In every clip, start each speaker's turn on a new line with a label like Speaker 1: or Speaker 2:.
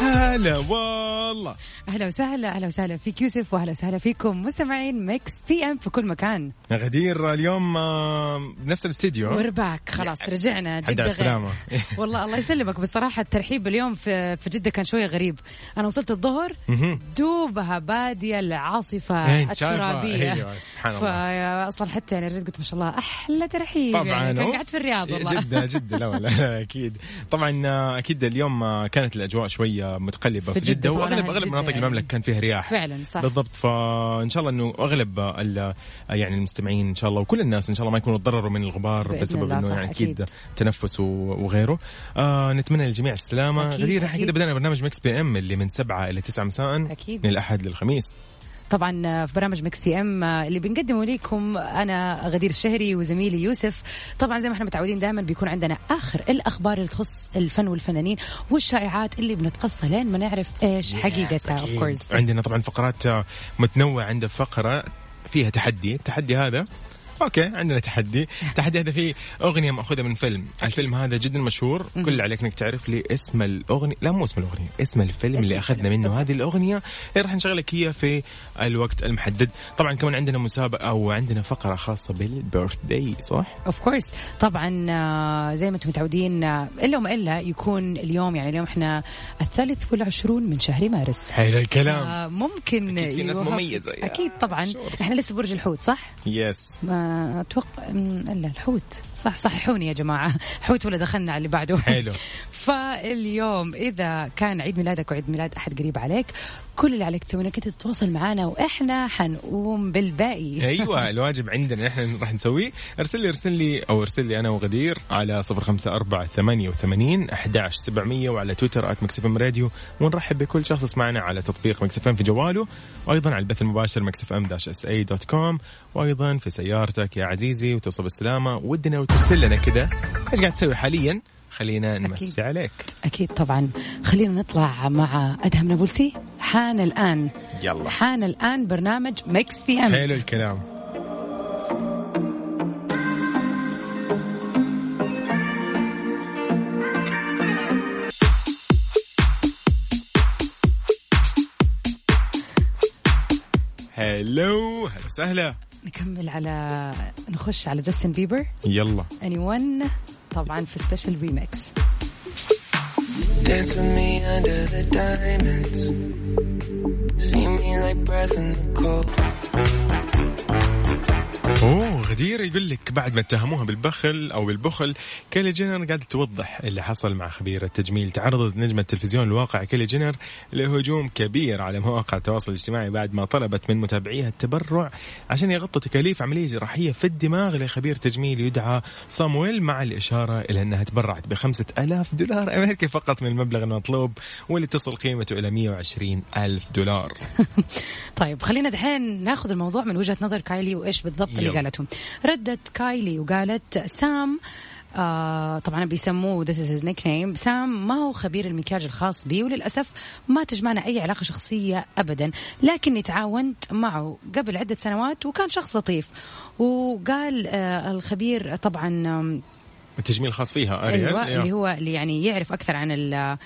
Speaker 1: هلا والله
Speaker 2: اهلا وسهلا اهلا وسهلا فيك يوسف واهلا وسهلا فيكم مستمعين ميكس بي ام في كل مكان
Speaker 1: غدير اليوم آه، بنفس الاستديو ها؟
Speaker 2: وير باك خلاص
Speaker 1: Yes.
Speaker 2: رجعنا
Speaker 1: حد على
Speaker 2: جدة غير
Speaker 1: السلامة.
Speaker 2: والله الله يسلمك بصراحة الترحيب اليوم في في جدة كان شوية غريب أنا وصلت الظهر
Speaker 1: مهم.
Speaker 2: دوبها بادية العاصفة
Speaker 1: إيه، شايفة؟
Speaker 2: الترابية
Speaker 1: أيوة، سبحان الله.
Speaker 2: فأصلا حتى يعني رجعت قلت ما شاء الله أحلى ترحيب يعني كان
Speaker 1: أوف.
Speaker 2: قعدت في الرياض والله
Speaker 1: جدة جدة لا ولا اكيد طبعا آه، اكيد اليوم آه، كانت الاجواء شوية متقلبة
Speaker 2: في
Speaker 1: في
Speaker 2: جدة
Speaker 1: جدة
Speaker 2: طبعاً
Speaker 1: واغلب
Speaker 2: أهل
Speaker 1: اغلب
Speaker 2: جدة
Speaker 1: مناطق
Speaker 2: يعني.
Speaker 1: المملكة كان فيها رياح
Speaker 2: فعلا صح
Speaker 1: بالضبط فان شاء الله انه اغلب ال- يعني المستمعين ان شاء الله وكل الناس ان شاء الله ما يكونوا تضرروا من الغبار
Speaker 2: بإذن
Speaker 1: بسبب
Speaker 2: الله،
Speaker 1: انه
Speaker 2: صح،
Speaker 1: يعني
Speaker 2: أكيد.
Speaker 1: اكيد تنفس و- وغيره آه نتمنى للجميع السلامه
Speaker 2: أكيد،
Speaker 1: غدير احنا
Speaker 2: أكيد.
Speaker 1: كده بدانا برنامج مكس بي ام اللي من سبعة الى تسعة مساء
Speaker 2: أكيد.
Speaker 1: من الاحد للخميس
Speaker 2: طبعا آه، في برامج مكس بي ام اللي بنقدمه لكم انا غدير الشهري وزميلي يوسف طبعا زي ما احنا متعودين دائما بيكون عندنا اخر الاخبار اللي تخص الفن والفنانين والشائعات اللي بنتقصها لين ما نعرف ايش حقيقتها اوف كورس
Speaker 1: عندنا طبعا فقرات آه، متنوعه عندنا فقره فيها تحدي التحدي هذا اوكي عندنا تحدي التحدي هذا فيه اغنيه ماخوذه من فيلم الفيلم هذا جدا مشهور كل اللي عليك انك تعرف لي اسم الاغنيه لا مو اسم الاغنيه اسم الفيلم
Speaker 2: اسم
Speaker 1: اللي اخذنا
Speaker 2: الفيلم.
Speaker 1: منه هذه الاغنيه اللي راح نشغلك هي في الوقت المحدد طبعا كمان عندنا مسابقه او عندنا فقره خاصه بالبيرث داي صح
Speaker 2: اوف كورس طبعا آه، زي ما انتم متعودين آه، الا وما الا يكون اليوم يعني اليوم احنا الثالث والعشرون من شهر مارس
Speaker 1: حلو الكلام
Speaker 2: آه، ممكن
Speaker 1: نعم. أكيد في ناس
Speaker 2: يوهف-
Speaker 1: مميزة يعني. يا
Speaker 2: اكيد طبعا
Speaker 1: شعور.
Speaker 2: احنا لسه برج الحوت صح
Speaker 1: يس
Speaker 2: ما اتوقع أمم، الا الحوت صح صححوني يا جماعه حوت ولا دخلنا على اللي بعده
Speaker 1: حلو
Speaker 2: فاليوم اذا كان عيد ميلادك وعيد ميلاد احد قريب عليك كل اللي عليك تسويه انك انت تتواصل معنا واحنا حنقوم بالباقي
Speaker 1: ايوه الواجب عندنا احنا راح نسويه ارسل لي ارسل لي او ارسل لي انا وغدير على 05488 11700 وعلى تويتر @مكسفم راديو ونرحب بكل شخص يسمعنا على تطبيق مكسفم في جواله وايضا على البث المباشر مكسفم اس اي إيه دوت كوم وايضا في سيارتك يا عزيزي وتوصل بالسلامه ودنا وترسل لنا كده ايش قاعد تسوي حاليا خلينا نمسي عليك
Speaker 2: اكيد طبعا خلينا نطلع مع ادهم نابلسي حان الان
Speaker 1: يلا.
Speaker 2: حان الان برنامج ميكس بي ام
Speaker 1: حلو الكلام هلو هلا وسهلا
Speaker 2: نكمل على نخش على جاستن بيبر
Speaker 1: يلا
Speaker 2: اني طبعا في سبيشال ريميكس
Speaker 3: Dance with me under the diamonds. See me like breath in the cold.
Speaker 1: اوه غدير يقول لك بعد ما اتهموها بالبخل او بالبخل كيلي جينر قاعده توضح اللي حصل مع خبير التجميل تعرضت نجمه التلفزيون الواقع كيلي جينر لهجوم كبير على مواقع التواصل الاجتماعي بعد ما طلبت من متابعيها التبرع عشان يغطوا تكاليف عمليه جراحيه في الدماغ لخبير تجميل يدعى صامويل مع الاشاره الى انها تبرعت ب 5000 دولار امريكي فقط من المبلغ المطلوب واللي تصل قيمته الى 120 الف دولار
Speaker 2: طيب خلينا دحين ناخذ الموضوع من وجهة نظر كايلي وايش بالضبط اللي
Speaker 1: يلا.
Speaker 2: قالته ردت كايلي وقالت سام آه طبعا بيسموه ذس از هيز نيك نيم سام ما هو خبير المكياج الخاص بي وللاسف ما تجمعنا اي علاقه شخصيه ابدا لكني تعاونت معه قبل عده سنوات وكان شخص لطيف وقال آه الخبير طبعا آم،
Speaker 1: التجميل الخاص فيها أريال.
Speaker 2: ايوه
Speaker 1: يا.
Speaker 2: اللي هو اللي يعني يعرف اكثر عن ال-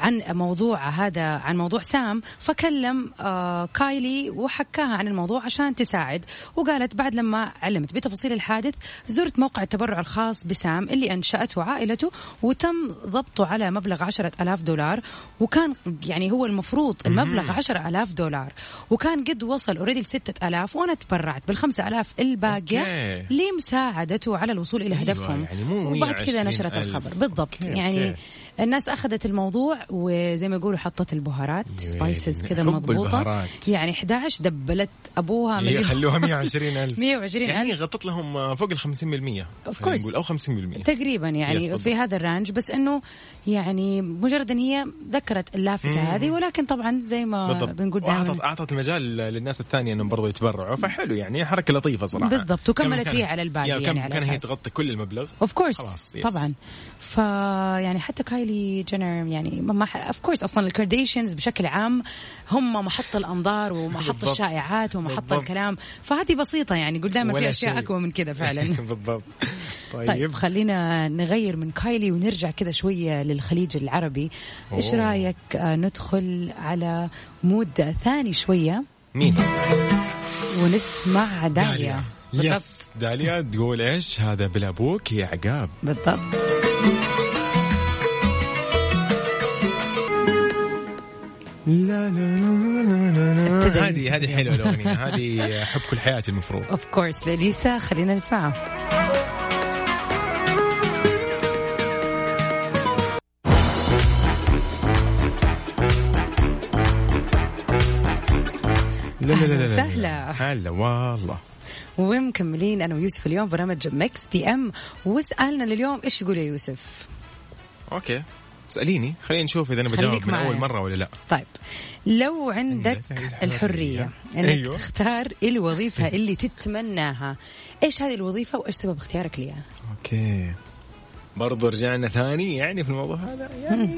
Speaker 2: عن موضوع هذا عن موضوع سام فكلم آه كايلي وحكاها عن الموضوع عشان تساعد وقالت بعد لما علمت بتفاصيل الحادث زرت موقع التبرع الخاص بسام اللي أنشأته عائلته وتم ضبطه على مبلغ عشرة ألاف دولار وكان يعني هو المفروض المبلغ عشرة ألاف دولار وكان قد وصل اوريدي لستة ألاف وأنا تبرعت بالخمسة ألاف الباقية
Speaker 1: أوكي.
Speaker 2: لمساعدته على الوصول إلى
Speaker 1: أيوة،
Speaker 2: هدفهم
Speaker 1: يعني مو
Speaker 2: وبعد كذا
Speaker 1: 120,000.
Speaker 2: نشرت الخبر بالضبط
Speaker 1: أوكي،
Speaker 2: يعني
Speaker 1: أوكي.
Speaker 2: الناس اخذت الموضوع وزي ما يقولوا حطت البهارات سبايسز كذا
Speaker 1: أيوة، يعني حب
Speaker 2: مضبوطه
Speaker 1: البهارات.
Speaker 2: يعني 11 دبلت ابوها
Speaker 1: إيه،
Speaker 2: مليون
Speaker 1: خلوها 120,000 يعني
Speaker 2: 120000
Speaker 1: غطت لهم فوق ال 50%
Speaker 2: Of course.
Speaker 1: خلينا نقول او 50%
Speaker 2: تقريبا
Speaker 1: Yes،
Speaker 2: يعني
Speaker 1: بالضبط.
Speaker 2: في هذا الرانج بس انه يعني مجرد ان هي ذكرت اللافته هذه ولكن طبعا زي ما بنقول
Speaker 1: اعطت
Speaker 2: دائما
Speaker 1: اعطت المجال للناس الثانيه انهم برضو يتبرعوا فحلو يعني حركه لطيفه صراحه
Speaker 2: بالضبط، وكملت
Speaker 1: كان-
Speaker 2: هي على الباقي
Speaker 1: يا كم
Speaker 2: يعني على
Speaker 1: كان هي
Speaker 2: أساس.
Speaker 1: تغطي كل المبلغ
Speaker 2: اوف كورس
Speaker 1: خلاص، yes.
Speaker 2: طبعا ف يعني حتى كايلي جينر يعني ما اوف كورس اصلا الكارديشنز بشكل عام هم محط الانظار ومحط
Speaker 1: بالضبط.
Speaker 2: الشائعات ومحط
Speaker 1: بالضبط.
Speaker 2: الكلام فهذه بسيطه يعني قدامنا في
Speaker 1: ولا
Speaker 2: اشياء
Speaker 1: شيء.
Speaker 2: اقوى من كذا فعلا
Speaker 1: بالضبط
Speaker 2: طيب خلينا نغير من كايلي ونرجع كذا شوية للخليج العربي ايش
Speaker 1: أوه.
Speaker 2: رايك آه، ندخل على مود ثاني شوية
Speaker 1: مين
Speaker 2: ونسمع داليا بالضبط
Speaker 1: يس داليا تقول ايش هذا بلا ابوك يا عقاب
Speaker 2: بالضبط
Speaker 1: لا لا لا لا
Speaker 2: ابتدى
Speaker 1: هذه هذه حلوه الاغنيه هذه حب كل حياتي المفروض
Speaker 2: اوف كورس لاليسا خلينا نسمعها
Speaker 1: لا لا لا لا
Speaker 2: سهلة.
Speaker 1: هلا والله
Speaker 2: ومكملين انا ويوسف اليوم برنامج مكس بي ام وسالنا لليوم ايش يقول يا يوسف
Speaker 1: اوكي اساليني خلينا نشوف اذا انا
Speaker 2: خليك
Speaker 1: بجاوب من
Speaker 2: معايا.
Speaker 1: اول مره ولا لا
Speaker 2: طيب
Speaker 1: أيوة،
Speaker 2: لو عندك
Speaker 1: الحرية.
Speaker 2: الحرية انك أيوه.
Speaker 1: أيوه.
Speaker 2: تختار الوظيفة اللي تتمناها ايش هذه الوظيفة وايش سبب اختيارك ليها
Speaker 1: اوكي برضو رجعنا ثاني يعني في الموضوع هذا يعني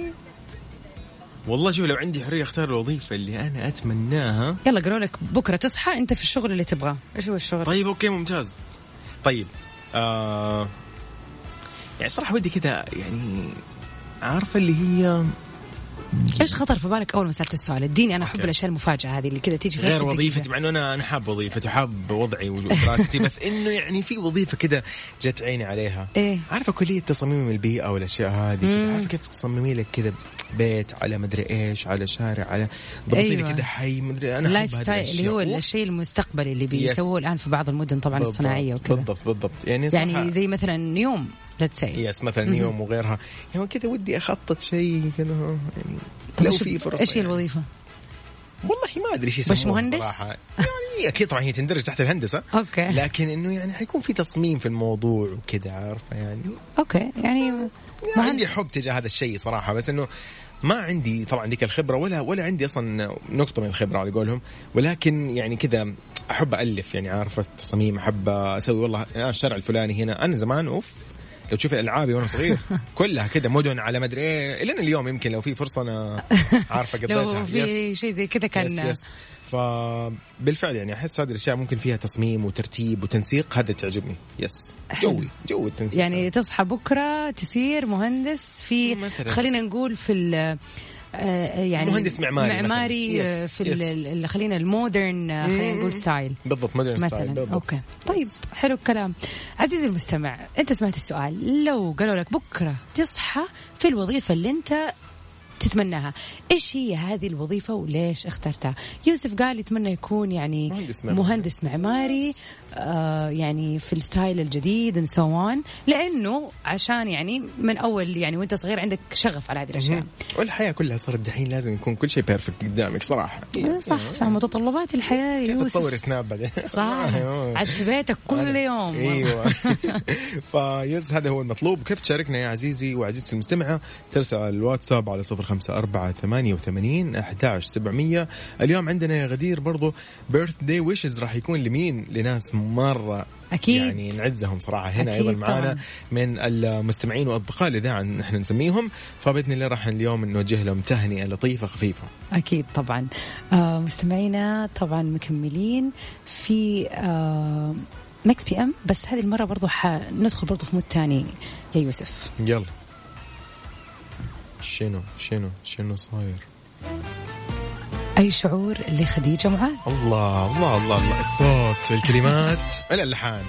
Speaker 1: والله شوف لو عندي حريه اختار الوظيفه اللي انا اتمناها
Speaker 2: يلا قالوا لك بكره تصحى انت في الشغل اللي تبغاه ايش هو الشغل
Speaker 1: طيب اوكي ممتاز طيب آه يعني صراحه ودي كذا يعني عارفه اللي هي
Speaker 2: ايش خطر في بالك اول ما سالت السؤال اديني انا احب
Speaker 1: طيب. أوكي.
Speaker 2: الاشياء المفاجاه هذه اللي كذا تيجي في نفس
Speaker 1: غير
Speaker 2: الدقيقة.
Speaker 1: وظيفتي مع انه انا انا حاب وظيفتي وحاب وضعي ودراستي بس انه يعني في وظيفه كذا جت عيني عليها
Speaker 2: إيه.
Speaker 1: عارفه كليه تصاميم البيئه والاشياء هذه كده. عارفه كيف تصممي لك كذا بيت على مدري ايش على شارع على ضبطي لي
Speaker 2: أيوة.
Speaker 1: كذا حي مدري انا
Speaker 2: اللايف
Speaker 1: احب هذه
Speaker 2: ستايل اللي
Speaker 1: الأشياء.
Speaker 2: هو
Speaker 1: أوف.
Speaker 2: الشيء المستقبلي اللي بيسووه الان في بعض المدن طبعا
Speaker 1: بالضبط.
Speaker 2: الصناعيه وكذا
Speaker 1: بالضبط بالضبط يعني صراحة-
Speaker 2: يعني زي مثلا نيوم ليتس سي
Speaker 1: يس مثلا نيوم وغيرها يعني كذا ودي اخطط شيء كذا يعني لو في فرصه
Speaker 2: ايش هي
Speaker 1: يعني.
Speaker 2: الوظيفه؟
Speaker 1: والله ما ادري ايش يسموها
Speaker 2: مهندس؟
Speaker 1: صراحه يعني اكيد طبعا هي تندرج تحت الهندسه
Speaker 2: أوكي.
Speaker 1: لكن انه يعني حيكون في تصميم في الموضوع وكذا عارفه يعني
Speaker 2: اوكي يعني
Speaker 1: ما عندي حب تجاه هذا الشيء صراحه بس انه ما عندي طبعا ذيك الخبره ولا ولا عندي اصلا نقطه من الخبره على قولهم ولكن يعني كذا احب الف يعني عارفه التصاميم احب اسوي والله أنا الشارع الفلاني هنا انا زمان اوف لو تشوف العابي وانا صغير كلها كذا مدن على مدري ايه الين اليوم يمكن لو في فرصه انا عارفه قضيتها
Speaker 2: لو
Speaker 1: يس.
Speaker 2: في شيء زي كذا كان
Speaker 1: يس يس فبالفعل يعني احس هذه الاشياء ممكن فيها تصميم وترتيب وتنسيق هذا تعجبني يس
Speaker 2: حلو.
Speaker 1: جوي جو التنسيق
Speaker 2: يعني تصحى بكره تصير مهندس في
Speaker 1: مثلاً.
Speaker 2: خلينا نقول في ال آه، يعني
Speaker 1: مهندس معماري مثلاً.
Speaker 2: معماري آه،
Speaker 1: Yes,
Speaker 2: في
Speaker 1: yes.
Speaker 2: ال- ال- خلينا المودرن آه، خلينا نقول ستايل
Speaker 1: بالضبط مدرن ستايل
Speaker 2: مثلا
Speaker 1: بالضبط
Speaker 2: اوكي طيب حلو الكلام عزيزي المستمع انت سمعت السؤال لو قالوا لك بكره تصحى في الوظيفه اللي انت تتمناها ايش هي هذه الوظيفه وليش اخترتها يوسف قال يتمنى يكون يعني
Speaker 1: مهندس معماري.
Speaker 2: مهندس معماري آه يعني في الستايل الجديد and so on لانه عشان يعني من اول يعني وانت صغير عندك شغف على هذه الاشياء
Speaker 1: والحياه كلها صارت دحين لازم يكون كل شيء بيرفكت قدامك صراحه
Speaker 2: إيه، صح فمتطلبات متطلبات الحياه يا
Speaker 1: كيف تصور
Speaker 2: يوسف
Speaker 1: سناب بعدين
Speaker 2: صح
Speaker 1: أيوة.
Speaker 2: عاد في بيتك كل يوم
Speaker 1: ايوه فيس هذا هو المطلوب كيف تشاركنا يا عزيزي وعزيزتي المستمعه ترسل على الواتساب على 054 88 11 700 اليوم عندنا يا غدير برضو بيرث داي ويشز راح يكون لمين لناس مره
Speaker 2: أكيد.
Speaker 1: يعني نعزهم صراحه هنا
Speaker 2: أكيد
Speaker 1: ايضا معانا
Speaker 2: طبعاً.
Speaker 1: من المستمعين واصدقاء الاذاعه نحن نسميهم فباذن الله راح اليوم نوجه لهم تهنئه لطيفه خفيفه
Speaker 2: أكيد طبعا آه مستمعينا طبعا مكملين في آه مكس بي ام بس هذه المرة برضو ح... ندخل برضو في مود تاني يا يوسف
Speaker 1: يلا شنو شنو شنو صاير
Speaker 2: اي شعور لخديجه معاذ
Speaker 1: الله الله الله, الله. الصوت الكلمات الالحان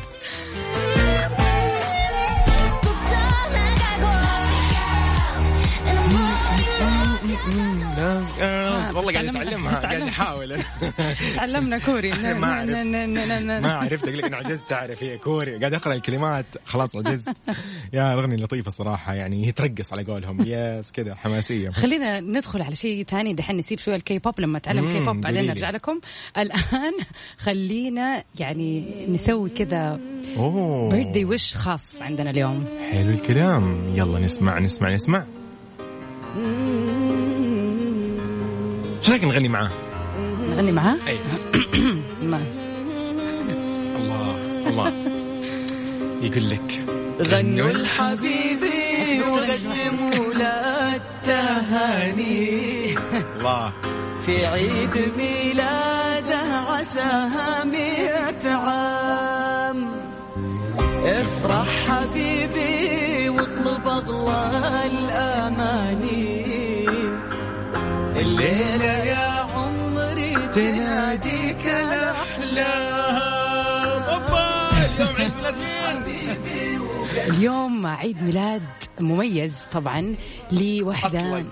Speaker 1: والله قاعد اتعلمها قاعد احاول
Speaker 2: علمنا كوري
Speaker 1: أنا ما أعرف.
Speaker 2: ن- ن- ن- ن- ن-
Speaker 1: ما عرفت اقول لك انا عجزت اعرف هي كوري قاعد اقرا الكلمات خلاص عجزت يا الاغنيه لطيفه صراحه يعني هي ترقص على قولهم يس كذا حماسيه
Speaker 2: خلينا ندخل على شيء ثاني دحين نسيب شويه الكي بوب لما اتعلم
Speaker 1: مم،
Speaker 2: كي بوب بعدين
Speaker 1: قوليلي.
Speaker 2: نرجع لكم الان خلينا يعني نسوي كذا بيرثدي
Speaker 1: اوه
Speaker 2: وش خاص عندنا اليوم
Speaker 1: حلو الكلام يلا نسمع نسمع نسمع ايش رايك نغني معاه؟
Speaker 2: نغني معاه
Speaker 1: اي
Speaker 2: ما.
Speaker 1: الله الله يقول لك
Speaker 4: غنوا لحبيبي وقدموا له التهاني
Speaker 1: الله
Speaker 4: في عيد ميلاده عساها مئة عام افرح حبيبي واطلب اغلى الاماني الليله يا عمري تناديك الاحلام
Speaker 2: اليوم عيد ميلاد مميز طبعا لوحده
Speaker 1: أطلق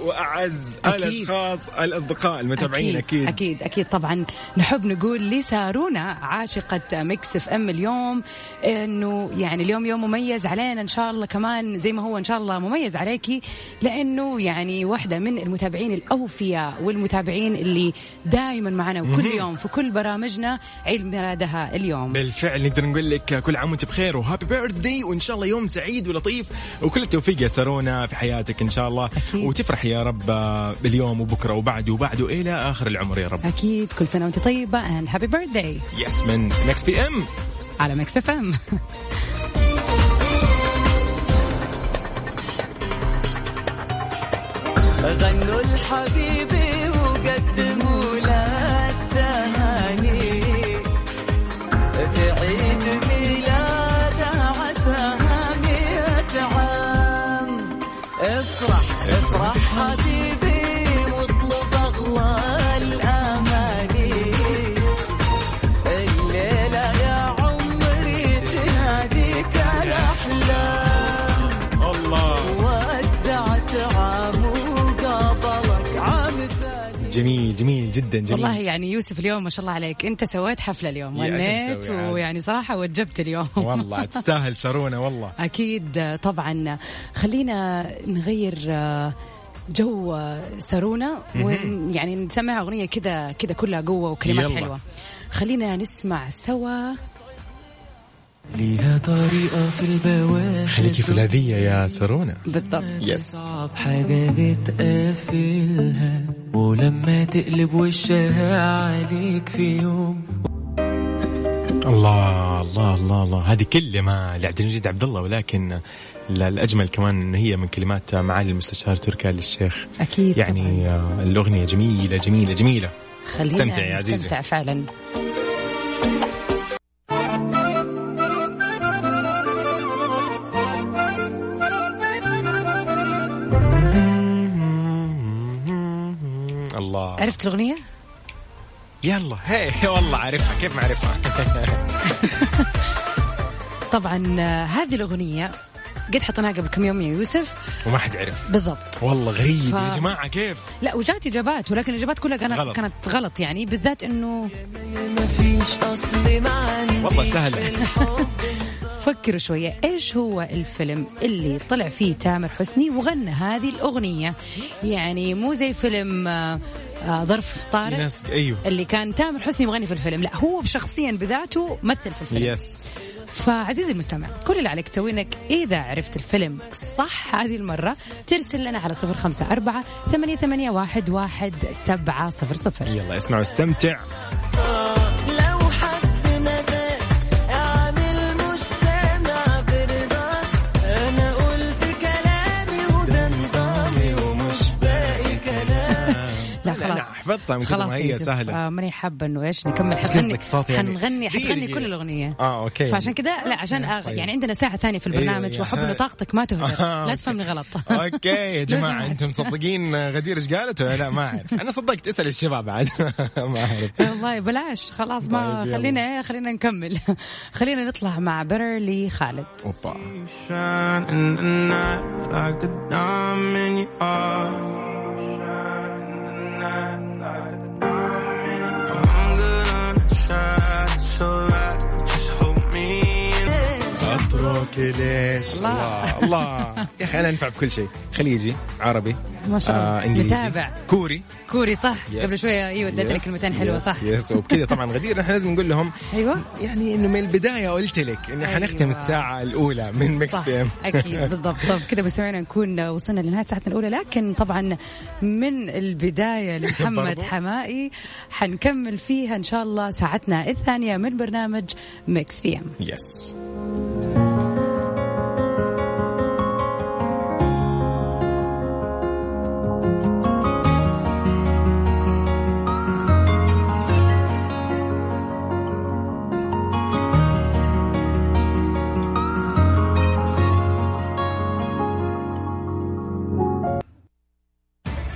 Speaker 1: واعز
Speaker 2: أكيد.
Speaker 1: الاشخاص الاصدقاء المتابعين اكيد, أكيد.
Speaker 2: اكيد اكيد طبعا نحب نقول لسارونا عاشقه ميكس اف ام اليوم انه يعني اليوم يوم مميز علينا ان شاء الله كمان زي ما هو ان شاء الله مميز عليكي لانه يعني واحده من المتابعين الاوفياء والمتابعين اللي دائما معنا وكل يوم في كل برامجنا عيد ميلادها اليوم
Speaker 1: بالفعل نقدر نقول لك كل عام وانت بخير وهابي بيرثدي وان شاء الله يوم سعيد ولطيف وكل التوفيق يا سارونا في حياتك ان شاء الله
Speaker 2: أكيد.
Speaker 1: وتفرح يا رب آه، باليوم وبكره وبعده وبعده الى اخر العمر يا رب
Speaker 2: اكيد كل سنه وانت طيبه and happy birthday
Speaker 1: يس من مكس بي ام
Speaker 2: على ميكس اف ام
Speaker 4: غنوا لحبيبي وقدموا له التهاني في عيد ميلاده عساها مئة عام افرح افرح حبيبي واطلب اغلى الاماني الليله يا عمري تناديك الاحلام
Speaker 1: الله
Speaker 4: ودعت عام وقابلك عام ثاني
Speaker 1: جميل جميل جدا جميل
Speaker 2: والله يعني يوسف اليوم ما شاء الله عليك انت سويت حفله اليوم
Speaker 1: يا، إيش
Speaker 2: غنيت
Speaker 1: نسوي إيه، عاد؟
Speaker 2: ويعني صراحه وجبت اليوم
Speaker 1: والله تستاهل سارونا والله
Speaker 2: اكيد طبعا خلينا نغير جو سارونا ويعني نسمع اغنيه كذا كذا كلها قوه وكلمات
Speaker 1: يلا.
Speaker 2: حلوه خلينا نسمع سوا
Speaker 4: ليها طريقة في البواخر
Speaker 1: خليكي فولاذيه يا سارونا
Speaker 2: بالضبط
Speaker 1: يس
Speaker 4: صعب حاجة بتقفلها ولما تقلب وشها عليك في يوم
Speaker 1: الله الله الله الله هذه كلمة لعبد المجيد عبد الله ولكن ال- الأجمل كمان أن هي من كلمات معالي المستشار تركي آل الشيخ
Speaker 2: اكيد طبعاً.
Speaker 1: يعني آه، الأغنية جميلة جميلة جميلة
Speaker 2: خلينا
Speaker 1: استمتع يا عزيزي.
Speaker 2: استمتع فعلا
Speaker 1: الله
Speaker 2: عرفت الاغنيه
Speaker 1: يلا هي والله عارفها كيف ما عارفها
Speaker 2: طبعا آه، هذه الاغنيه قد حطيناها قبل كم يوم يا يوسف
Speaker 1: وما حد عرف
Speaker 2: بالضبط
Speaker 1: والله غريب يا
Speaker 2: ف-
Speaker 1: جماعة كيف
Speaker 2: لا وجات اجابات ولكن الاجابات كلها كانت
Speaker 1: غلط.
Speaker 2: كانت غلط يعني بالذات انه
Speaker 4: مفيش أصل ما عنديش
Speaker 1: والله سهلة
Speaker 2: فكروا شويه ايش هو الفيلم اللي طلع فيه تامر حسني وغنى هذه الاغنيه يعني مو زي فيلم آه، آه، ظرف
Speaker 1: في
Speaker 2: طارق
Speaker 1: ناس أيوه
Speaker 2: اللي كان تامر حسني مغني في الفيلم لا هو شخصيا بذاته مثل في الفيلم
Speaker 1: يس
Speaker 2: فعزيزي المستمع كل اللي عليك تسويه انك اذا عرفت الفيلم صح هذه المره ترسل لنا على صفر خمسه اربعه ثمانيه ثمانيه واحد واحد سبعه صفر صفر
Speaker 1: يلا اسمع واستمتع
Speaker 4: لو حد ندى أعمل مش سامع برضاك أنا قلت كلامي وده نظامي ومش باقي كلام
Speaker 1: لا،
Speaker 2: لا
Speaker 1: لا
Speaker 2: خلاص
Speaker 1: حفظت مقطع من كثر
Speaker 2: خلاص
Speaker 1: ما هي
Speaker 2: يوسف،
Speaker 1: سهله
Speaker 2: آه، ماني حابه انه ايش نكمل
Speaker 1: إيش
Speaker 2: حنغني
Speaker 1: قصدك صوت يعني؟
Speaker 2: حنغني
Speaker 1: دقيقة،
Speaker 2: حتغني
Speaker 1: دقيقة.
Speaker 2: كل الاغنيه
Speaker 1: اه اوكي
Speaker 2: فعشان كذا لا عشان أغ...
Speaker 1: طيب.
Speaker 2: يعني عندنا ساعه ثانيه في
Speaker 1: أيوة،
Speaker 2: البرنامج
Speaker 1: يعني
Speaker 2: واحب
Speaker 1: عشان-
Speaker 2: انه طاقتك ما تهدر
Speaker 1: آه،
Speaker 2: لا
Speaker 1: أوكي.
Speaker 2: تفهمني غلط
Speaker 1: اوكي يا جماعه
Speaker 2: لازم-
Speaker 1: انتم مصدقين غدير ايش قالت ولا لا ما اعرف انا صدقت اسال الشباب عاد ما اعرف
Speaker 2: والله بلاش خلاص ما
Speaker 1: طيب، يلا.
Speaker 2: خلينا إيه، خلينا نكمل خلينا نطلع مع بيرلي خالد
Speaker 1: اوبا
Speaker 3: You shine in the night like a diamond you are. I'm good on the side, so right, just hold me in.
Speaker 1: مبروك ليش
Speaker 2: الله.
Speaker 1: الله الله يا اخي انا انفع بكل شيء خليجي عربي
Speaker 2: ما شاء الله.
Speaker 1: آه، انجليزي
Speaker 2: متابع.
Speaker 1: كوري
Speaker 2: كوري صح
Speaker 1: Yes.
Speaker 2: قبل شويه ايوه اديتنا
Speaker 1: Yes.
Speaker 2: كلمتين حلوه
Speaker 1: Yes.
Speaker 2: صح
Speaker 1: Yes. وبكذا طبعا غدير احنا لازم نقول لهم
Speaker 2: ايوه
Speaker 1: يعني انه من البدايه قلت لك انه
Speaker 2: أيوة.
Speaker 1: حنختم الساعه الاولى من ميكس
Speaker 2: صح
Speaker 1: بي ام
Speaker 2: اكيد بالضبط طب كذا مستمعينا نكون وصلنا لنهايه ساعتنا الاولى لكن طبعا من البدايه لمحمد
Speaker 1: برضو.
Speaker 2: حمائي حنكمل فيها ان شاء الله ساعتنا الثانيه من برنامج ميكس بي ام
Speaker 1: يس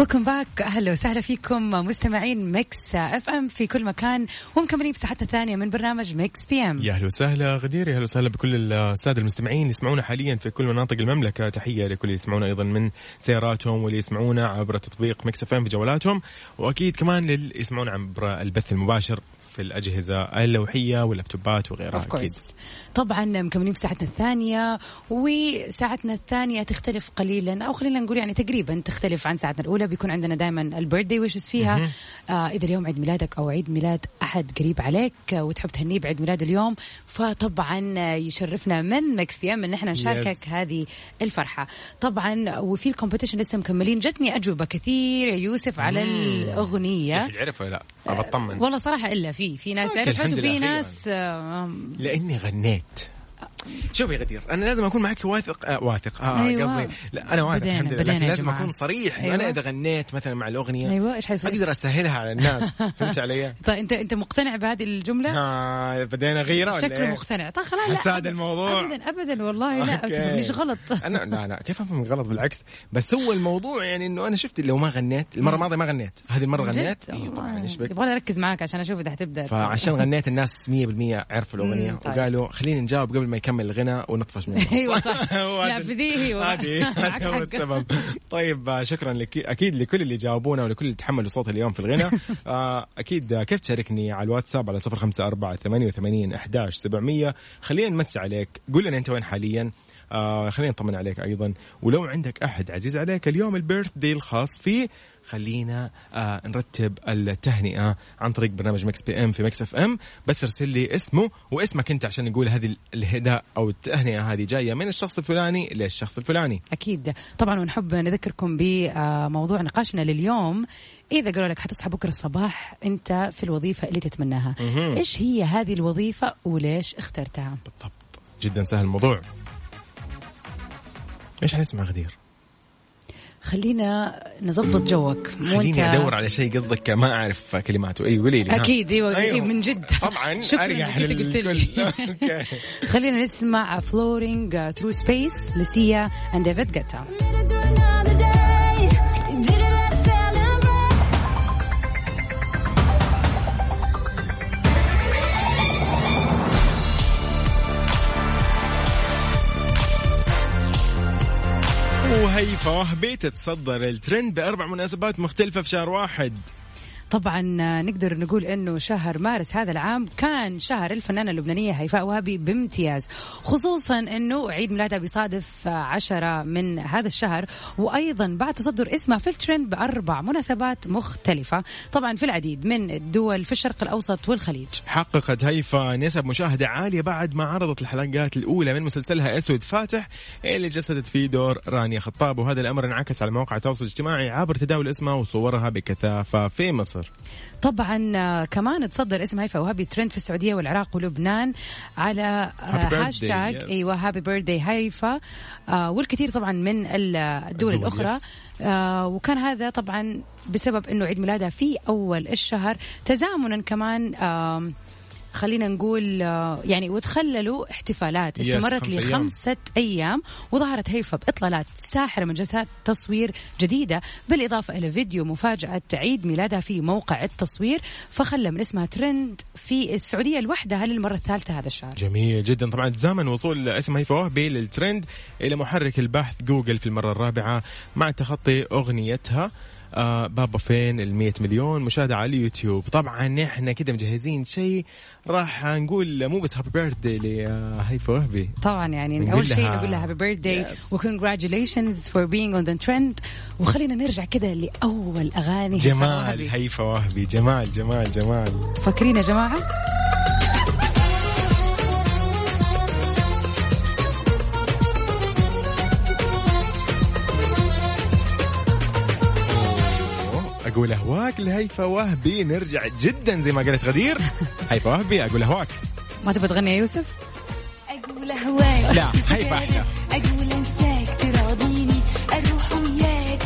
Speaker 2: وكم باك اهلا وسهلا فيكم مستمعين ميكس اف ام في كل مكان ومكملين بساعتنا الثانيه من برنامج ميكس بي ام
Speaker 1: يا اهلا وسهلا غدير يا اهلا وسهلا بكل الساده المستمعين اللي يسمعونا حاليا في كل مناطق المملكه تحيه لكل اللي يسمعونا ايضا من سياراتهم واللي يسمعونا عبر تطبيق مكس اف ام في جوالاتهم واكيد كمان للي يسمعونا عبر البث المباشر في الاجهزه اللوحيه واللابتوبات وغيرها
Speaker 2: اوف
Speaker 1: اكيد
Speaker 2: كورس طبعا آه، مكملين في ساعتنا الثانيه وساعتنا الثانيه تختلف قليلا او خلينا نقول يعني تقريبا تختلف عن ساعتنا الاولى بيكون عندنا دائما البيرثدي ويشز فيها آه اذا اليوم عيد ميلادك او عيد ميلاد احد قريب عليك آه، وتحب تهنيه بعيد ميلاد اليوم فطبعا آه، يشرفنا من مكس بي ام ان احنا نشاركك
Speaker 1: Yes.
Speaker 2: هذه الفرحه طبعا وفي الكومبيتيشن لسه مكملين جتني اجوبه كثير يا يوسف على الاغنيه
Speaker 1: يعرف ولا لا؟ ابى اطمن
Speaker 2: والله صراحه الا في في ناس
Speaker 1: أوكي،
Speaker 2: عرفت
Speaker 1: الحمد
Speaker 2: وفي
Speaker 1: لله، خير
Speaker 2: ناس آه،
Speaker 1: لاني غنيت شوف يا غدير انا لازم اكون معك واثق آه واثق اه
Speaker 2: أيوة.
Speaker 1: أيوة. قصدي لا انا واثق
Speaker 2: بدينا-
Speaker 1: الحمد لله
Speaker 2: بدينا
Speaker 1: لكن
Speaker 2: يا
Speaker 1: لازم
Speaker 2: جماعة.
Speaker 1: اكون صريح أيوة.
Speaker 2: أيوة.
Speaker 1: انا اذا غنيت مثلا مع الاغنيه
Speaker 2: ايوه ايش حيصير؟
Speaker 1: اقدر اسهلها على الناس فهمت علي؟
Speaker 2: طيب انت انت مقتنع بهذه
Speaker 1: نعم.
Speaker 2: الجمله؟
Speaker 1: ها آه، بدينا غيره ولا
Speaker 2: شكله
Speaker 1: إيه؟
Speaker 2: مقتنع طيب خلاص لا
Speaker 1: حساد
Speaker 2: أبد-
Speaker 1: الموضوع.
Speaker 2: ابدا ابدا والله لا
Speaker 1: أوكي.
Speaker 2: مش غلط
Speaker 1: انا لا لا كيف افهم غلط بالعكس بس هو الموضوع يعني انه انا شفت لو ما غنيت المره الماضيه ما غنيت هذه المره غنيت اي طبعا ايش بك
Speaker 2: يبغى اركز معاك عشان اشوف اذا حتبدا
Speaker 1: فعشان غنيت الناس 100% عرفوا الاغنيه
Speaker 2: مم، طيب.
Speaker 1: وقالوا خلينا نجاوب قبل ما يكمل الغنى ونطفش منه
Speaker 2: ايوه صح
Speaker 1: هو
Speaker 2: لا
Speaker 1: هذا-
Speaker 2: بديهي والله.
Speaker 1: هذه
Speaker 2: معك
Speaker 1: هذا هو
Speaker 2: حق.
Speaker 1: السبب طيب آه، شكرا لك اكيد لكل اللي جاوبونا ولكل اللي تحملوا صوت اليوم في الغنى آه، اكيد آه، كيف تشاركني على الواتساب على 054 88 11 700 خلينا نمسي عليك قول لنا انت وين حاليا آه خلينا نطمن عليك ايضا ولو عندك احد عزيز عليك اليوم البيرث داي الخاص فيه خلينا آه نرتب التهنئه عن طريق برنامج مكس بي ام في مكس اف ام بس ارسل لي اسمه واسمك انت عشان نقول هذه ال- الهداء او التهنئه هذه جايه من الشخص الفلاني للشخص الفلاني
Speaker 2: اكيد طبعا طيب، ونحب نذكركم بموضوع نقاشنا لليوم اذا قالوا لك حتصحى بكره الصباح انت في الوظيفه اللي تتمناها ايش هي هذه الوظيفه وليش اخترتها
Speaker 1: بالضبط جدا سهل الموضوع ايش حنسمع غدير؟
Speaker 2: خلينا نظبط جوك مو أنت-
Speaker 1: خليني ادور على شيء قصدك ما اعرف كلماته اي قولي لي ها.
Speaker 2: اكيد ايوه, أيوة.
Speaker 1: أيوه.
Speaker 2: من جد
Speaker 1: طبعا
Speaker 2: شكرا
Speaker 1: اريح
Speaker 2: إنك أنت قلت
Speaker 1: للكل
Speaker 2: لي.
Speaker 1: اوكي
Speaker 2: خلينا نسمع فلورينج ثرو سبيس لسيا اند ديفيد جيتا
Speaker 5: Did another day. Did it let's celebrate.
Speaker 1: وهيفا وهبي تتصدر الترند بأربع مناسبات مختلفة في شهر واحد
Speaker 2: طبعا نقدر نقول انه شهر مارس هذا العام كان شهر الفنانه اللبنانيه هيفاء وهبي بامتياز خصوصا انه عيد ميلادها بيصادف عشرة من هذا الشهر وايضا بعد تصدر اسمها في الترند باربع مناسبات مختلفه طبعا في العديد من الدول في الشرق الاوسط والخليج
Speaker 1: حققت هيفا نسب مشاهدة عالية بعد ما عرضت الحلقات الأولى من مسلسلها أسود فاتح اللي جسدت فيه دور رانيا خطاب وهذا الأمر انعكس على مواقع التواصل الاجتماعي عبر تداول اسمها وصورها بكثافة في مصر
Speaker 2: طبعا آه، كمان تصدر اسم هيفاء وهبي ترند في السعوديه والعراق ولبنان على آه،
Speaker 1: Happy birthday,
Speaker 2: هاشتاج
Speaker 1: yes.
Speaker 2: ايوه هابي بيرثداي هيفا آه، والكثير طبعا من ال- الدول
Speaker 1: الدول،
Speaker 2: الاخرى
Speaker 1: yes.
Speaker 2: آه، وكان هذا طبعا بسبب انه عيد ميلادها في اول الشهر تزامنا كمان آم، خلينا نقول آه، يعني وتخللوا احتفالات
Speaker 1: Yes،
Speaker 2: استمرت
Speaker 1: خمس أيام.
Speaker 2: لخمسة أيام وظهرت هيفا بإطلالات ساحرة من جلسات تصوير جديدة بالإضافة إلى فيديو مفاجأة عيد ميلادها في موقع التصوير فخلى من اسمها ترند في السعودية لوحدها للمرة الثالثة هذا الشهر
Speaker 1: جميل جدا طبعا تزامن وصول اسم هيفا وهبي للترند الى محرك البحث جوجل في المره الرابعه مع تخطي اغنيتها آه بابا فين ال 100 مليون مشاهده على اليوتيوب طبعا احنا كده مجهزين شيء راح نقول مو بس هابي بيرثدي لهيفا وهبي
Speaker 2: طبعا يعني
Speaker 1: نقول
Speaker 2: اول شيء
Speaker 1: لها-
Speaker 2: نقول لها هابي بيرثداي
Speaker 1: Yes.
Speaker 2: وكونجراتيوليشنز فور بينج اون ذا ترند وخلينا نرجع كده لاول اغاني هيفا وهبي.
Speaker 1: جمال هيفا وهبي جمال جمال جمال
Speaker 2: فاكرين يا جماعه
Speaker 1: أوه، اقول اهواك لهيفا وهبي نرجع جدا زي ما قالت غدير هيفا وهبي اقول اهواك
Speaker 2: ما تبغى تغني يا يوسف
Speaker 1: أه.
Speaker 5: اقول اهواك
Speaker 1: لا، هيفا أحلى.
Speaker 5: اقول انساك تراضيني اروح وياك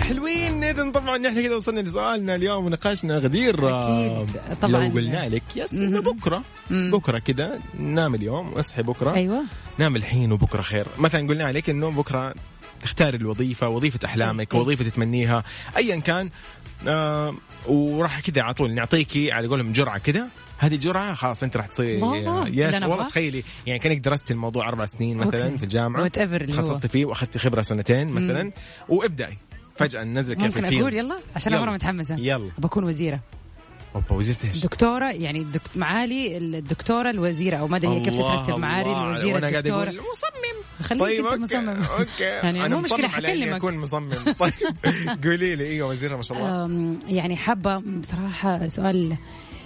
Speaker 1: حلوين اذا طبعا نحن كذا وصلنا لسؤالنا اليوم ونقاشنا غدير آه،
Speaker 2: أكيد. طبعاً.
Speaker 1: لو قلنا لك يس إنه بكره بكره كذا نام اليوم واصحي بكره
Speaker 2: ايوه
Speaker 1: نام الحين وبكره خير مثلا قلنا لك انه بكره تختار الوظيفه وظيفه احلامك
Speaker 2: أيوة.
Speaker 1: وظيفه تتمنيها ايا كان آه وراح كذا على طول نعطيكي على قولهم جرعه كذا هذه الجرعه خلاص انت راح تصير
Speaker 2: الله، اللي
Speaker 1: يس
Speaker 2: أنا
Speaker 1: والله
Speaker 2: أبغاه.
Speaker 1: تخيلي يعني كانك درست الموضوع اربع سنين مثلا
Speaker 2: أوكي.
Speaker 1: في الجامعه
Speaker 2: Whatever اللي هو.
Speaker 1: تخصصت فيه واخذت خبره سنتين مثلا وابداي فجاه ننزلك في
Speaker 2: ممكن
Speaker 1: الفيلم.
Speaker 2: اقول يلا عشان انا
Speaker 1: يلا.
Speaker 2: مره متحمسه
Speaker 1: يلا
Speaker 2: بكون وزيره
Speaker 1: اوبا وزيرت ايش؟
Speaker 2: دكتورة يعني دك... معالي الدكتورة الوزيرة أو مدى هي كيف
Speaker 1: الله
Speaker 2: تترتب معالي
Speaker 1: الله.
Speaker 2: الوزيرة
Speaker 1: وانا قاعد
Speaker 2: الدكتورة
Speaker 1: اقول مصمم
Speaker 2: خليك
Speaker 1: طيب
Speaker 2: أنت
Speaker 1: اوكي
Speaker 2: مصمم.
Speaker 1: اوكي
Speaker 2: يعني مو مشكلة،
Speaker 1: مصمم على إني
Speaker 2: حكلمك.
Speaker 1: اكون مصمم طيب قولي لي ايوه وزيره ما شاء الله
Speaker 2: أم، يعني حابة بصراحة سؤال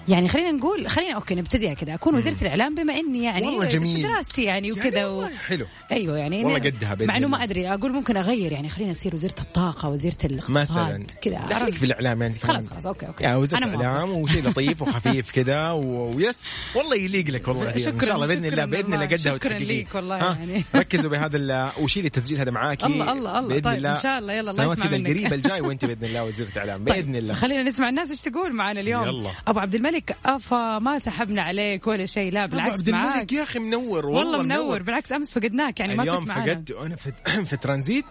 Speaker 2: يعني خلينا نقول خلينا اوكي نبتديها كذا اكون وزيرة الاعلام بما اني يعني
Speaker 1: والله
Speaker 2: في
Speaker 1: جميل.
Speaker 2: دراستي يعني
Speaker 1: يعني
Speaker 2: وكذا و...
Speaker 1: والله حلو
Speaker 2: ايوه يعني
Speaker 1: والله
Speaker 2: أنا-
Speaker 1: قدها بإذن
Speaker 2: مع انه
Speaker 1: الله.
Speaker 2: ما ادري اقول ممكن اغير يعني خلينا اصير وزيرة الطاقة وزيرة
Speaker 1: مثلا
Speaker 2: الاقتصاد كذا
Speaker 1: دخلك
Speaker 2: عرفت؟
Speaker 1: في الاعلام يعني كمان.
Speaker 2: خلاص خلاص اوكي اوكي
Speaker 1: يا وزيرة
Speaker 2: أنا موافقة.
Speaker 1: الاعلام وشيء لطيف وخفيف كذا و- ويس والله يليق لك والله غدير. ان
Speaker 2: شكراً،
Speaker 1: شاء الله باذن الله
Speaker 2: شكراً
Speaker 1: باذن الله
Speaker 2: والله.
Speaker 1: قدها
Speaker 2: شكراً
Speaker 1: وتحققيه.
Speaker 2: ليك والله
Speaker 1: ها،
Speaker 2: يعني.
Speaker 1: ركزوا بهذا ال- وشيلي التسجيل هذا معاكي
Speaker 2: الله، الله، الله.
Speaker 1: باذن
Speaker 2: طيب،
Speaker 1: الله
Speaker 2: إن شاء الله، يلا، الله
Speaker 1: السنوات
Speaker 2: يسمع
Speaker 1: كذا
Speaker 2: منك. طيب،
Speaker 1: القريبه الجاي وانت باذن الله وزيره اعلام باذن الله
Speaker 2: خلينا نسمع الناس ايش تقول معنا اليوم
Speaker 1: يلا.
Speaker 2: ابو عبد الملك افا ما سحبنا عليك ولا شيء لا
Speaker 1: أبو
Speaker 2: بالعكس
Speaker 1: عبد الملك
Speaker 2: معاك.
Speaker 1: يا اخي منور
Speaker 2: والله منور بالعكس امس فقدناك يعني ما
Speaker 1: اليوم
Speaker 2: كنت معنا
Speaker 1: فقدت وانا في, في ترانزيت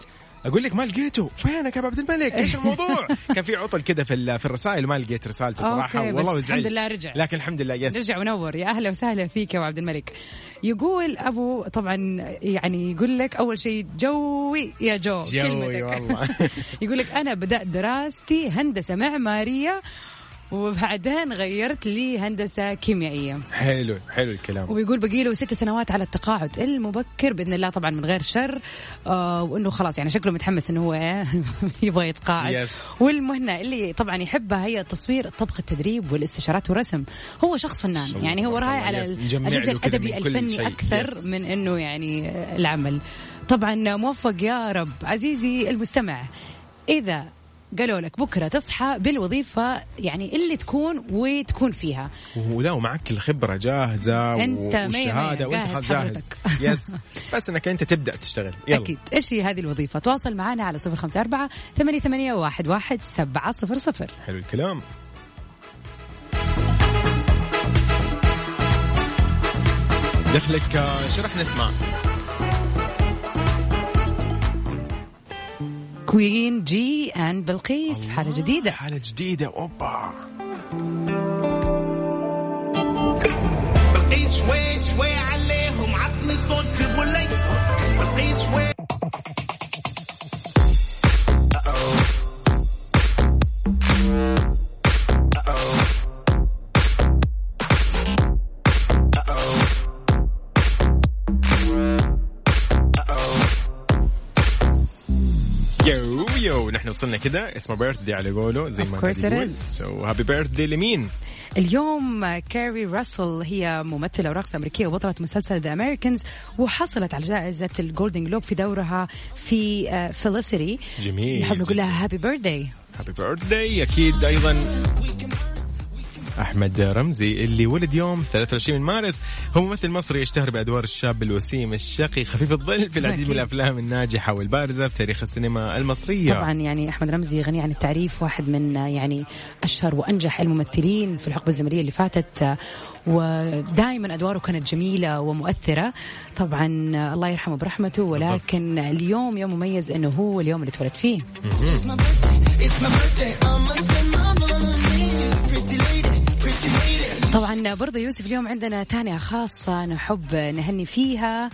Speaker 1: اقول لك ما لقيته فينك يا أبو عبد الملك ايش الموضوع كان في عطل كذا في ال- في الرسائل وما لقيت رسالته صراحه
Speaker 2: أوكي، بس
Speaker 1: والله
Speaker 2: الحمد
Speaker 1: وزعلت
Speaker 2: لله رجع.
Speaker 1: لكن الحمد لله يس
Speaker 2: نرجع ونور يا اهلا وسهلا فيك يا أبو عبد الملك يقول ابو طبعا يعني يقول لك اول شيء جوي يا جو
Speaker 1: جوي
Speaker 2: كلمتك.
Speaker 1: والله.
Speaker 2: يقول لك انا بدات دراستي هندسه معماريه وبعدين غيرت لي هندسه كيميائيه
Speaker 1: حلو حلو الكلام
Speaker 2: وبيقول باقي له ست سنوات على التقاعد المبكر باذن الله طبعا من غير شر آه وانه خلاص يعني شكله متحمس انه هو إيه، يبغى يتقاعد
Speaker 1: Yes.
Speaker 2: والمهنه اللي طبعا يحبها هي التصوير الطبخ التدريب والاستشارات والرسم هو شخص فنان
Speaker 1: شاء الله
Speaker 2: يعني هو
Speaker 1: تبارك
Speaker 2: راعي
Speaker 1: الله.
Speaker 2: على
Speaker 1: Yes. نجمع
Speaker 2: الجزء
Speaker 1: له كذا من
Speaker 2: الادبي
Speaker 1: كل
Speaker 2: الفني
Speaker 1: شيء.
Speaker 2: اكثر
Speaker 1: Yes.
Speaker 2: من انه يعني العمل طبعا موفق يا رب عزيزي المستمع اذا قالوا لك بكره تصحى بالوظيفه يعني اللي تكون وتكون فيها
Speaker 1: ولا ومعك الخبره جاهزه
Speaker 2: أنت
Speaker 1: و-
Speaker 2: مية مية،
Speaker 1: والشهاده وانت
Speaker 2: جاهز
Speaker 1: خلاص جاهز
Speaker 2: حضرتك.
Speaker 1: يس بس انك انت تبدا تشتغل يلا
Speaker 2: أكيد إيش هي هذه الوظيفة تواصل معنا على صفر خمسة أربعة ثمانية ثمانية واحد واحد سبعة صفر صفر
Speaker 1: حلو الكلام دخلك آه، شو راح نسمع؟
Speaker 2: كوين جي أند بلقيس في حالة جديدة
Speaker 1: حالة جديدة اوبا
Speaker 6: بالقيس شوي شوي عليهم عطني صوت جيبوا لي بالقيس شوي
Speaker 1: الجمهوريه ونحن وصلنا كذا اسمه بيرثدي على قوله زي ما
Speaker 2: Of
Speaker 1: قاعد
Speaker 2: course it
Speaker 1: يقول
Speaker 2: is.
Speaker 1: سو هابي بيرثدي لمين؟
Speaker 2: اليوم كاري راسل هي ممثلة وراقصة أمريكية وبطلة مسلسل ذا أمريكانز وحصلت على جائزة الجولدن جلوب في دورها في فيليسيتي
Speaker 1: جميل،
Speaker 2: نحب نقول
Speaker 1: جميل.
Speaker 2: لها هابي بيرثداي
Speaker 1: هابي بيرثدي اكيد ايضا احمد رمزي اللي ولد يوم 23 من مارس هو ممثل مصري يشتهر بادوار الشاب الوسيم الشقي خفيف الظل في العديد
Speaker 2: أكيد.
Speaker 1: من الافلام الناجحه والبارزه في تاريخ السينما المصريه
Speaker 2: طبعا يعني أحمد رمزي غني عن التعريف واحد من آه، يعني أشهر وأنجح الممثلين في الحقبة الزمنية اللي فاتت آه، ودائما أدواره كانت جميلة ومؤثرة طبعا آه، الله يرحمه برحمته ولكن اليوم يوم مميز أنه هو اليوم اللي اتولد فيه طبعا برضه يوسف اليوم عندنا تانية خاصة نحب نهني فيها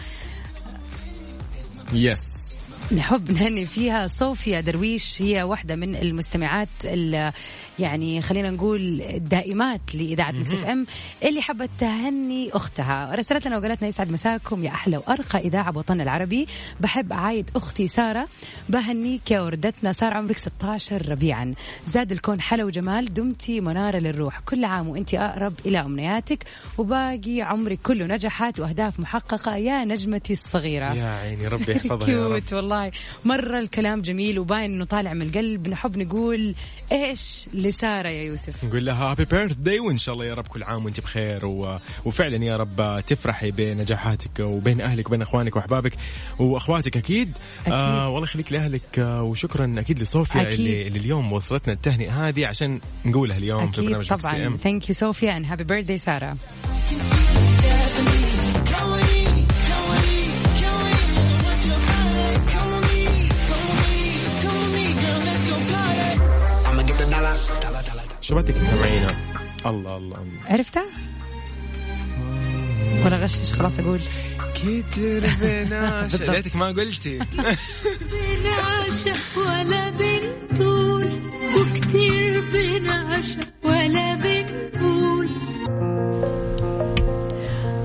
Speaker 1: يس
Speaker 2: نحب نهني فيها صوفيا درويش هي واحدة من المستمعات ال- يعني خلينا نقول الدائمات لإذاعة مكس اف ام اللي حبت تهني أختها رسلت لنا وقالت لنا يسعد مساكم يا أحلى وأرقى إذاعة بوطننا العربي بحب أعايد أختي سارة بهنيك يا وردتنا صار عمرك 16 ربيعا زاد الكون حلا وجمال دمتي منارة للروح كل عام وأنت أقرب إلى أمنياتك وباقي عمرك كله نجاحات وأهداف محققة يا نجمتي الصغيرة
Speaker 1: يا عيني ربي يحفظها يا رب
Speaker 2: كيوت والله مرة الكلام جميل وباين انه طالع من القلب نحب نقول ايش لسارة يا يوسف
Speaker 1: نقول لها هابي بيرث داي وان شاء الله يا رب كل عام وانت بخير و... وفعلا يا رب تفرحي بنجاحاتك وبين اهلك وبين اخوانك واحبابك واخواتك اكيد,
Speaker 2: أكيد.
Speaker 1: والله يخليك لاهلك آه وشكرا اكيد لصوفيا
Speaker 2: أكيد.
Speaker 1: اللي, اللي اليوم وصلتنا التهنئه هذه عشان نقولها اليوم في
Speaker 2: اكيد
Speaker 1: برنامج Mix
Speaker 2: طبعا
Speaker 1: PM.
Speaker 2: ثانك يو صوفيا اند هابي بيرثداي سارة
Speaker 1: شباتك تسمعينا الله الله
Speaker 2: عرفتها؟ ولا غشش خلاص اقول
Speaker 1: كتر بنا
Speaker 2: بالضبط.
Speaker 1: ليتك ما قلتي
Speaker 7: بنا عشق ولا بنقول وكتير بنا عشق ولا بنقول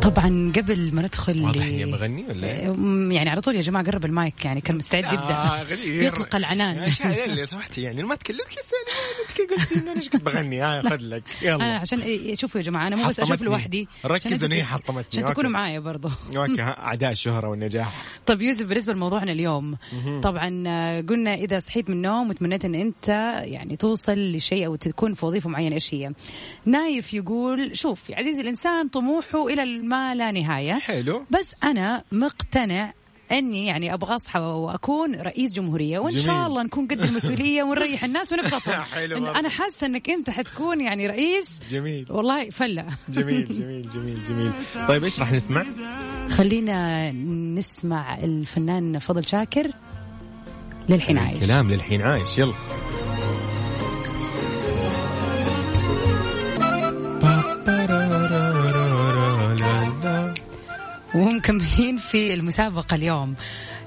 Speaker 2: طبعا قبل ما ندخل
Speaker 1: واضح
Speaker 2: ل-
Speaker 1: اني بغني ولا إيه؟
Speaker 2: أم، يعني على طول يا جماعة قرب المايك يعني كان مستعد
Speaker 1: آه،
Speaker 2: جدا
Speaker 1: غدير.
Speaker 2: يطلق العنان
Speaker 1: يا شاعر اللي سمحتي يعني ما تكلمت لسه أنا- انت قلتي ان انا ايش كنت بغني ها خذ لك
Speaker 2: انا
Speaker 1: يلا
Speaker 2: عشان إيه، شوفوا يا جماعة انا مو بس اشوف
Speaker 1: حطمتني.
Speaker 2: لوحدي عشان
Speaker 1: ركزوا
Speaker 2: أنتوا
Speaker 1: إن هي
Speaker 2: تك-
Speaker 1: حطمتني.
Speaker 2: عشان تكونوا
Speaker 1: أوكي.
Speaker 2: معايا برضه
Speaker 1: اوكي ها، اعداء الشهره والنجاح
Speaker 2: طب طيب يوسف بالنسبة لموضوعنا اليوم طبعا آه، قلنا إذا صحيت من النوم وتمنيت أن أنت يعني توصل لشيء أو تكون في وظيفة معينة إيش هي نايف يقول شوف يا عزيزي الإنسان طموحه إلى ما لا نهاية
Speaker 1: حلو
Speaker 2: بس أنا مقتنع اني يعني ابغى اصحى واكون رئيس جمهوريه وان
Speaker 1: جميل.
Speaker 2: شاء الله نكون قد المسؤوليه ونريح الناس ونبسطهم
Speaker 1: حلو
Speaker 2: إن
Speaker 1: برضه.
Speaker 2: انا حاسه انك انت حتكون يعني رئيس
Speaker 1: جميل
Speaker 2: والله فله
Speaker 1: جميل جميل جميل جميل طيب ايش راح نسمع؟
Speaker 2: خلينا نسمع الفنان فضل شاكر للحين عايش
Speaker 1: كلام للحين عايش يلا
Speaker 2: ومكملين في المسابقة اليوم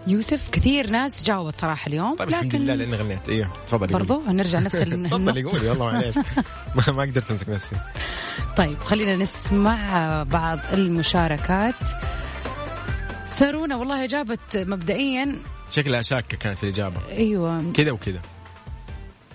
Speaker 2: يوسف كثير ناس جاوبت صراحة اليوم
Speaker 1: طيب الحمد لله لاني غنيت ايوه تفضلي قولي.
Speaker 2: برضو هنرجع نفس النقطة.
Speaker 1: تفضلي قولي والله معليش ما ما قدرت امسك نفسي
Speaker 2: طيب خلينا نسمع بعض المشاركات سارونا والله جابت مبدئيا
Speaker 1: شكلها شاكه كانت في الاجابه
Speaker 2: ايوه
Speaker 1: كذا وكذا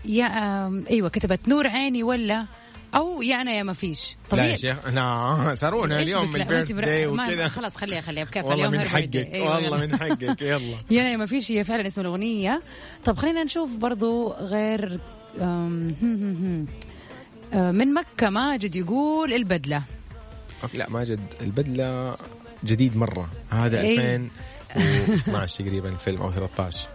Speaker 2: يا آم، ايوه كتبت نور عيني ولا او يا انا يا ما فيش
Speaker 1: لا يا شيخ انا سارونا
Speaker 2: إيش
Speaker 1: اليوم
Speaker 2: بك؟ لا،
Speaker 1: من
Speaker 2: ما أنت
Speaker 1: بيرث داي
Speaker 2: برا- ما-
Speaker 1: وكذا
Speaker 2: خلاص خليها خليها بكيف
Speaker 1: والله
Speaker 2: اليوم
Speaker 1: من
Speaker 2: her
Speaker 1: حقك
Speaker 2: birthday. أيوة،
Speaker 1: والله
Speaker 2: يلا.
Speaker 1: من حقك يلا
Speaker 2: يا ما فيش هي فعلا اسم الأغنية طب خلينا نشوف برضو غير أم، هم- هم- هم. أه، من مكة ماجد يقول البدلة
Speaker 1: أوكي، لا ماجد البدله جديد مره هذا
Speaker 2: إيه.
Speaker 1: 2012 تقريبا الفيلم او 13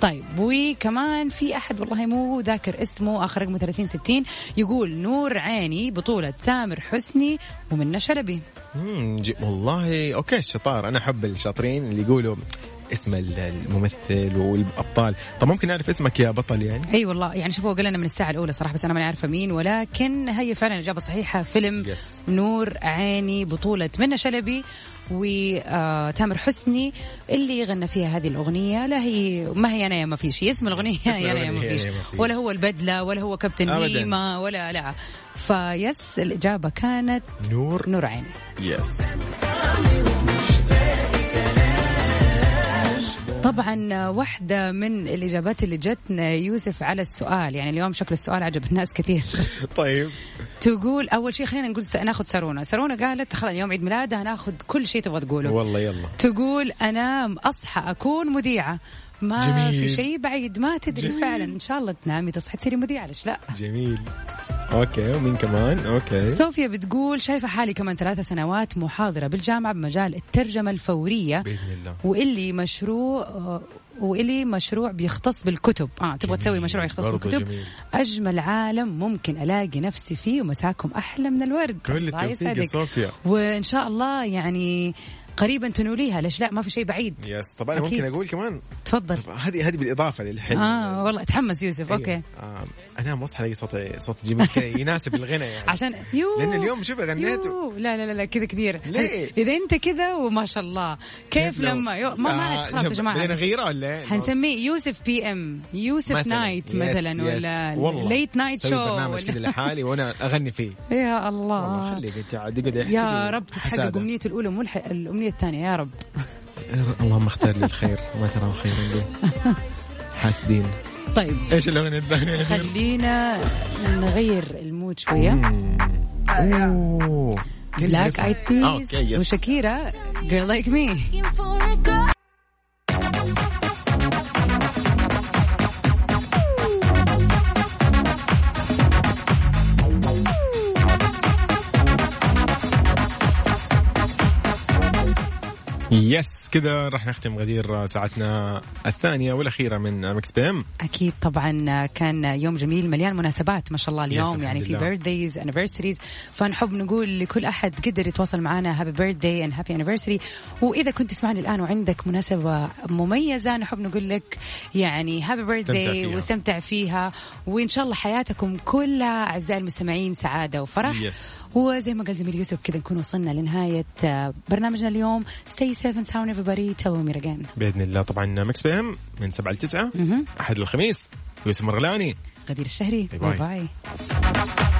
Speaker 2: طيب وكمان في أحد والله مو ذاكر اسمه آخر رقمه 3060 يقول نور عيني بطولة ثامر حسني ومنى شلبي
Speaker 1: مم، جي- والله اوكي الشطار انا احب الشاطرين اللي يقولوا اسم ال- الممثل والابطال طب ممكن اعرف اسمك يا بطل يعني
Speaker 2: اي والله يعني شوفوا قال لنا من الساعه الاولى صراحه بس انا ماني عارفه مين ولكن هي فعلا الاجابه صحيحه فيلم
Speaker 1: Yes.
Speaker 2: نور عيني بطوله منى شلبي وتامر حسني اللي غنى فيها هذه الاغنيه لا هي ما هي انا يا ما فيش هي اسم الاغنيه
Speaker 1: اسم
Speaker 2: يا انا يا ما
Speaker 1: الأغنية
Speaker 2: فيش
Speaker 1: يا ما فيش.
Speaker 2: ولا هو البدله ولا هو كابتن
Speaker 1: أبداً.
Speaker 2: نيمه ولا لا فيس الاجابه كانت
Speaker 1: نور
Speaker 2: نور عيني
Speaker 1: يس
Speaker 2: طبعا واحدة من الإجابات اللي جتنا يوسف على السؤال يعني اليوم شكل السؤال عجب الناس كثير
Speaker 1: طيب
Speaker 2: تقول أول شيء خلينا نقول س- ناخذ سارونا سارونا قالت خلاص اليوم عيد ميلادها هناخذ كل شيء تبغى تقوله
Speaker 1: والله يلا
Speaker 2: تقول أنا أصحى أكون مذيعة ما
Speaker 1: جميل.
Speaker 2: في شيء بعيد ما تدري
Speaker 1: جميل.
Speaker 2: فعلا إن شاء الله تنامي تصحي تصيري مذيعة ليش لا
Speaker 1: جميل اوكي ومين كمان اوكي
Speaker 2: صوفيا بتقول شايفة حالي كمان ثلاثة سنوات محاضرة بالجامعة بمجال الترجمة الفورية
Speaker 1: باذن الله
Speaker 2: واللي مشروع واللي مشروع بيختص بالكتب اه تبغى تسوي
Speaker 1: جميل.
Speaker 2: مشروع يختص
Speaker 1: برضو
Speaker 2: بالكتب
Speaker 1: جميل.
Speaker 2: اجمل عالم ممكن الاقي نفسي فيه ومساكم احلى من الورد
Speaker 1: كل
Speaker 2: الله
Speaker 1: التوفيق يا
Speaker 2: يسعدك.
Speaker 1: صوفيا.
Speaker 2: وان شاء الله يعني قريبا تنوليها ليش لا ما في شيء بعيد
Speaker 8: يس طب انا
Speaker 2: أكيد.
Speaker 8: ممكن اقول كمان
Speaker 2: تفضل
Speaker 8: هذه هذه بالاضافه للحلم
Speaker 1: أيوة.
Speaker 2: اه والله اتحمس يوسف اوكي
Speaker 8: آه انا ما اصحى الاقي صوت صوت جميل كذا يناسب الغنى يعني
Speaker 2: عشان يو
Speaker 8: لأن اليوم شوف غنيت
Speaker 2: يو. لا لا لا- لا كذا كبير
Speaker 8: ليه؟
Speaker 2: اذا انت كذا وما شاء الله كيف لما يو... ما
Speaker 1: آه،
Speaker 2: ما عاد خلاص يا جماعه
Speaker 8: بدنا نغيره ولا إيه؟
Speaker 2: حنسميه يوسف بي ام يوسف
Speaker 8: مثلاً.
Speaker 2: نايت
Speaker 8: يس،
Speaker 2: مثلا
Speaker 8: يس.
Speaker 2: ولا
Speaker 8: والله.
Speaker 2: ليت نايت
Speaker 8: أسوي
Speaker 2: شو
Speaker 8: برنامج كذا
Speaker 2: ولا
Speaker 8: لحالي وانا اغني فيه
Speaker 2: يا الله
Speaker 8: والله خليك انت عاد اقعد احسد
Speaker 2: يا رب تتحقق
Speaker 8: حسادة.
Speaker 2: امنيته الاولى مو الح- الامنيه الثانيه يا رب
Speaker 8: اللهم اختار لي الخير ما تراه خيرا لي حاسدين
Speaker 2: طيب
Speaker 1: ايش الاغنيه الثانيه؟
Speaker 2: خلينا نغير المود شويه
Speaker 8: اوه
Speaker 2: بلاك ايد
Speaker 1: آه،
Speaker 2: بيس
Speaker 8: أوكي، يس.
Speaker 2: وشاكيرا جيرل لايك مي
Speaker 5: Looking for a girl.
Speaker 1: يس كذا راح نختم غدير ساعتنا الثانيه والاخيره من مكس بي ام
Speaker 2: اكيد طبعا كان يوم جميل مليان مناسبات ما شاء الله
Speaker 1: يس،
Speaker 2: اليوم
Speaker 1: الحمد
Speaker 2: يعني في
Speaker 1: لله.
Speaker 2: بيرثديز انيفرساريز فنحب نقول لكل احد قدر يتواصل معنا هابي بيرثدي اند هابي انيفرساري واذا كنت تسمعني الان وعندك مناسبه مميزه نحب نقول لك يعني هابي بيرثدي
Speaker 1: فيها.
Speaker 2: واستمتع فيها وان شاء الله حياتكم كلها اعزائي المستمعين سعاده وفرح
Speaker 1: يس.
Speaker 2: وزي ما قال زميل يوسف كذا نكون وصلنا لنهايه آه، برنامجنا اليوم ستي سيف اند ساوند everybody تل مي again
Speaker 1: باذن الله طبعا مكس بي ام من 7 ل 9 احد الخميس يوسف مرغلاني
Speaker 2: غدير الشهري
Speaker 1: باي.
Speaker 2: باي باي